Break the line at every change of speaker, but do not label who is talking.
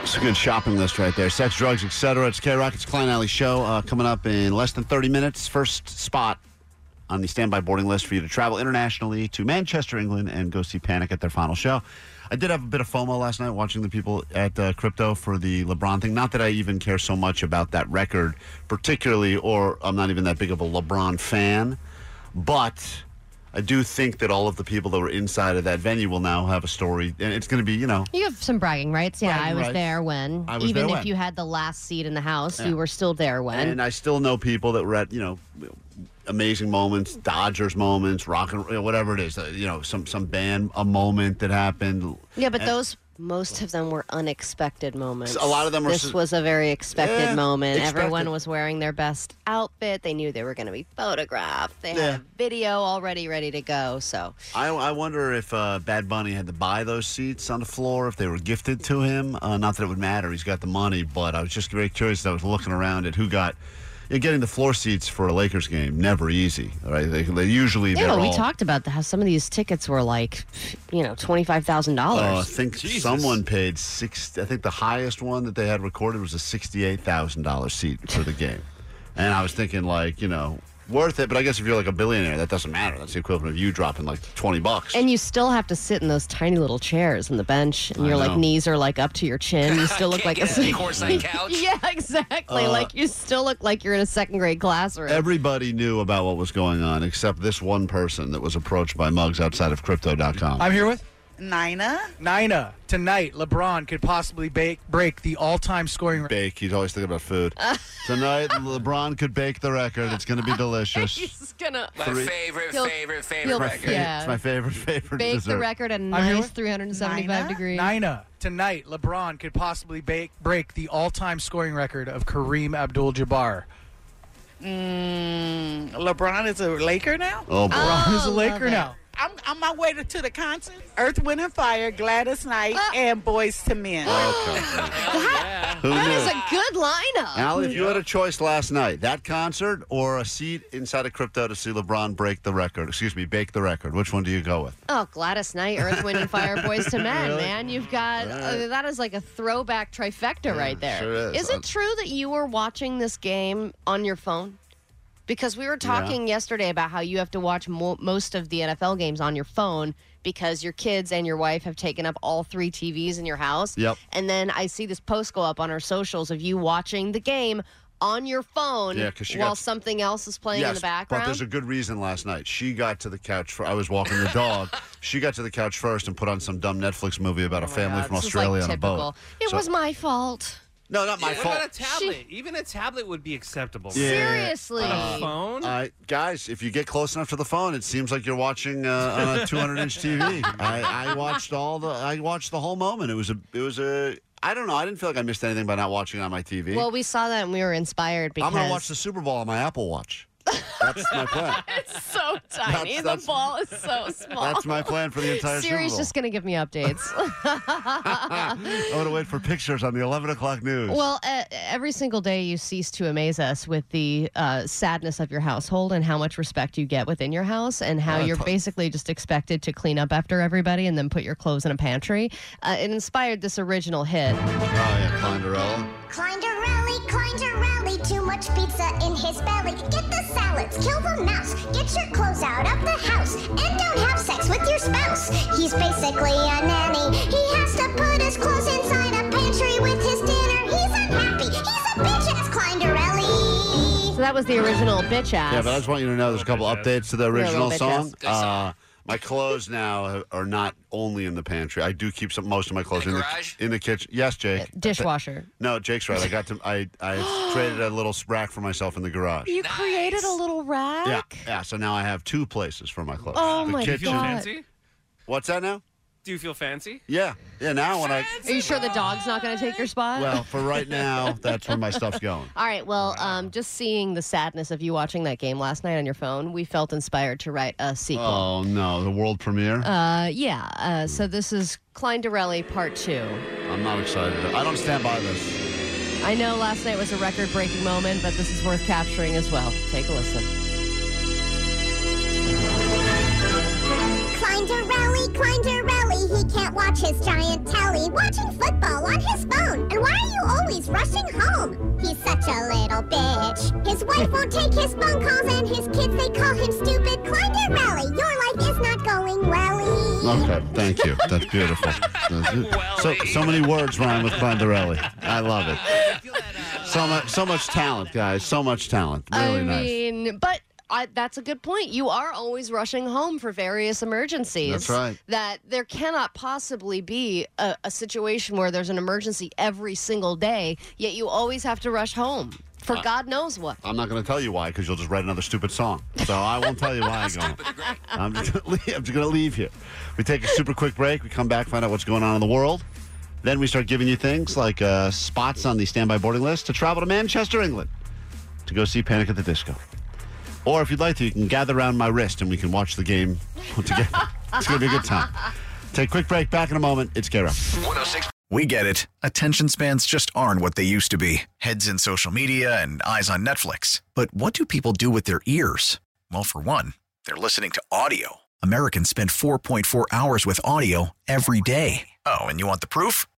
It's a good shopping list right there. Sex, drugs, etc. It's K Rockets Klein Alley Show uh, coming up in less than 30 minutes. First spot on the standby boarding list for you to travel internationally to Manchester, England, and go see Panic at their final show. I did have a bit of FOMO last night watching the people at uh, Crypto for the LeBron thing. Not that I even care so much about that record, particularly, or I'm not even that big of a LeBron fan, but. I do think that all of the people that were inside of that venue will now have a story, and it's going to be, you know,
You have some bragging rights. Yeah,
Bragging
I was
rights.
there when.
I was
even if
there when.
you had the last seat in the house,
Yeah.
you were still there when.
And I still know people that were at you know amazing moments, Dodgers moments, rock and you know, whatever it is. Uh, you know, some some band a moment that happened.
Yeah, but
And-
those most of them were unexpected moments.
A lot of them were
This
s-
was a very expected
Yeah,
moment.
expected.
Everyone was wearing their best outfit. They knew they were going to be photographed. They
Yeah.
had a video already ready to go. So
I, I wonder if uh, Bad Bunny had to buy those seats on the floor if they were gifted to him. Uh, not that it would matter; he's got the money. But I was just very curious. I was looking around at who got. you know, Getting the floor seats for a Lakers game never easy, all right? They, they usually
yeah,
they're
Oh, we
all-
talked about the- how some of these tickets were like, you know, twenty five thousand
Uh, I
dollars.
think
Jesus.
someone paid six. I think the highest one that they had recorded was a sixty-eight thousand dollars seat for the game, and I was thinking like you know worth it. But I guess if you're like a billionaire, that doesn't matter. That's the equivalent of you dropping like twenty bucks.
And you still have to sit in those tiny little chairs in the bench, and
I
your
know.
like knees are like up to your chin. You still look like a
Get out of the courtside couch.
yeah, exactly.
Uh,
like you still look like you're in a second grade classroom.
Everybody knew about what was going on except this one person that was approached by mugs outside of crypto.com.
I'm here with
Nina.
Nina. Tonight, LeBron could possibly bake, break the all-time scoring record.
bake. He's always thinking about food. Tonight, LeBron could bake the record. It's going to be delicious.
He's gonna
My
Three.
favorite,
He'll-
favorite, favorite
he'll-
My
record.
favorite,
Yeah.
It's my favorite, favorite
bake
dessert.
the record at a
here
nice
with
375
Nina?
degrees.
Nina. Tonight, LeBron could possibly bake, break the all-time scoring record of Kareem Abdul-Jabbar.
Mm, LeBron is a Laker now.
Oh, boy.
Um,
LeBron is a Laker now.
I'm on my way to, to the concert. Earth, Wind, and Fire, Gladys Knight, and Boys to Men.
Okay. Who
That
knew?
is a good lineup.
Al, if you had a choice last night, that concert or a seat inside of crypto to see LeBron break the record, excuse me, bake the record, which one do you go with?
Oh, Gladys Knight, Earth, Wind, and Fire, Boys to Men, man. You've got
Right.
uh, that is like a throwback trifecta right there.
sure is. Uh,
it true that you were watching this game on your phone? Because we were talking yesterday about how you have to watch mo- most of the NFL games on your phone because your kids and your wife have taken up all three TVs in your house.
Yep.
And then I see this post go up on our socials of you watching the game on your phone
Yeah, 'cause she
while
got-
something else is playing in the background.
but there's a good reason last night. She got to the couch for I was walking the dog. she got to the couch first and put on some dumb Netflix movie about a family from
Oh This is,
Australia
like,
on a
typical.
boat.
It
So-
was my fault.
No, not my
What
fault.
about a tablet? Even a tablet would be acceptable.
Yeah.
Seriously.
A phone?
Uh, guys, if you get close enough to the phone, it seems like you're watching uh, on a 200 inch TV. I, I watched all the, I watched the whole moment. It was a, it was a, I don't know. I didn't feel like I missed anything by not watching it on my TV.
Well, we saw that and we were inspired because
I'm going to watch the Super Bowl on my Apple Watch. That's my plan.
it's so tiny.
That's-
the
that's-
ball is so small.
That's my plan for the entire
Siri's
Super
just going to give me updates.
Bowl. I'm going to wait for pictures on the 11 o'clock news.
well, uh, every single day you cease to amaze us with the uh, sadness of your household and how much respect you get within your house and
Oh,
how you're basically just expected to clean up after everybody and then put your clothes in a pantry. Uh, it inspired this original hit.
oh, yeah, Ponderella.
Clinderelli, Clinderelli, too much pizza in his belly. Get the salads, kill the mouse, get your clothes out of the house, and don't have sex with your spouse. He's basically a nanny. He has to put his clothes inside a pantry with his dinner. He's unhappy. He's a bitch ass Clinderelli.
So that was the original bitch ass.
Yeah, but I just want you to know there's a couple updates to the original
bit
song.
pissed.
Uh, my clothes now are not only in the pantry. I do keep some, most of my clothes
In
in
the
the,
garage?
in the kitchen. Yes, Jake.
Uh, Dishwasher.
No, Jake's right. I got to. I I created a little rack for myself in the garage.
You created a little rack.
Yeah, yeah. So now I have two places for my clothes.
Oh
the
my
kitchen.
God.
Fancy?
What's that now?
Do you feel fancy?
Yeah. Yeah, now when I.
Are you sure the dog's not going to take your spot?
Well, for right now, that's where my stuff's going.
All right. Well, um, just seeing the sadness of you watching that game last night on your phone, we felt inspired to write a sequel.
Oh, no. The world premiere?
Uh, yeah. Uh, so this is Klein Dorelli Part Two.
I'm not excited. I don't stand by this.
I know last night was a record-breaking moment, but this is worth capturing as well. Take a listen.
Clinderelli, Clinderelli, he can't watch his giant telly, watching football on his phone. And why are you always rushing home? He's such a little bitch. His wife won't take his phone calls, and his kids, they call him stupid. Clinderelli, your life is not going welly.
Okay, thank you. That's beautiful. So, so many words rhyme with Clandarelli. I love it.
I feel that, uh,
So much, so much talent, guys. So much talent. Really
I
nice.
mean, but I, that's a good point. You are always rushing home for various emergencies.
That's right.
That there cannot possibly be a, a situation where there's an emergency every single day, yet you always have to rush home for God knows what.
I'm not going to tell you why because you'll just write another stupid song. So I won't tell you why I'm going. I'm just going to leave you. We take a super quick break. We come back, find out what's going on in the world. Then we start giving you things like uh, spots on the standby boarding list to travel to Manchester, England, to go see Panic at the Disco. Or if you'd like to, you can gather around my wrist and we can watch the game together. it's going to be a good time. Take a quick break. Back in a moment. It's Get Up.
106.
We get it. Attention spans just aren't what they used to be heads in social media and eyes on Netflix. But what do people do with their ears? Well, for one, they're listening to audio. Americans spend 4.4 hours with audio every day. Oh, and you want the proof?